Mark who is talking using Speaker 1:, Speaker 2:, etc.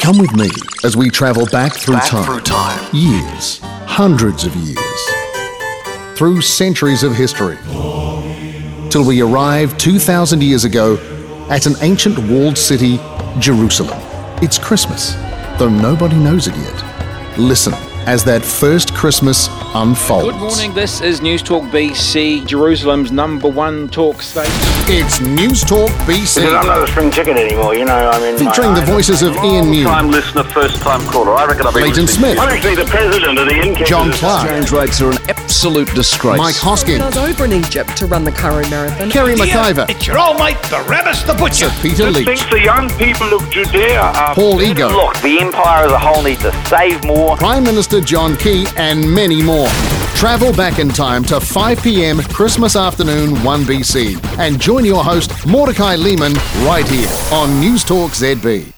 Speaker 1: Come with me as we travel back through
Speaker 2: Back
Speaker 1: time.
Speaker 2: through time.
Speaker 1: Years, hundreds of years, through centuries of history, till we arrive 2,000 years ago at an ancient walled city, Jerusalem. It's Christmas, though nobody knows it yet. Listen as that first Christmas unfolds.
Speaker 3: Good morning, this is News Talk BC, Jerusalem's number one talk station.
Speaker 1: It's News Talk
Speaker 4: Because I'm
Speaker 1: BC.
Speaker 4: not a spring chicken anymore, you know. I mean, my-
Speaker 1: Featuring the voices of Ian Mew,
Speaker 5: Long-time listener, first-time caller. I reckon I've been
Speaker 1: Leighton
Speaker 5: listening
Speaker 1: Smith,
Speaker 4: Honestly, the president of the innkeepers.
Speaker 1: John Clark,
Speaker 6: Exchange rates are an absolute disgrace.
Speaker 1: Mike Hoskin,
Speaker 7: I was over in Egypt to run the Cairo Marathon.
Speaker 1: Kerry McIver,
Speaker 8: It's your old mate, Barabbas the Butcher.
Speaker 1: Peter Leach,
Speaker 9: think the young people of Judea are
Speaker 1: Paul Ego.
Speaker 5: Look, the empire as a whole needs to save more.
Speaker 1: Prime Minister John Key, and many more. Travel back in time to 5 p.m. Christmas afternoon, 1 BC, and join your host, Mordecai Lehman, right here on News Talk ZB.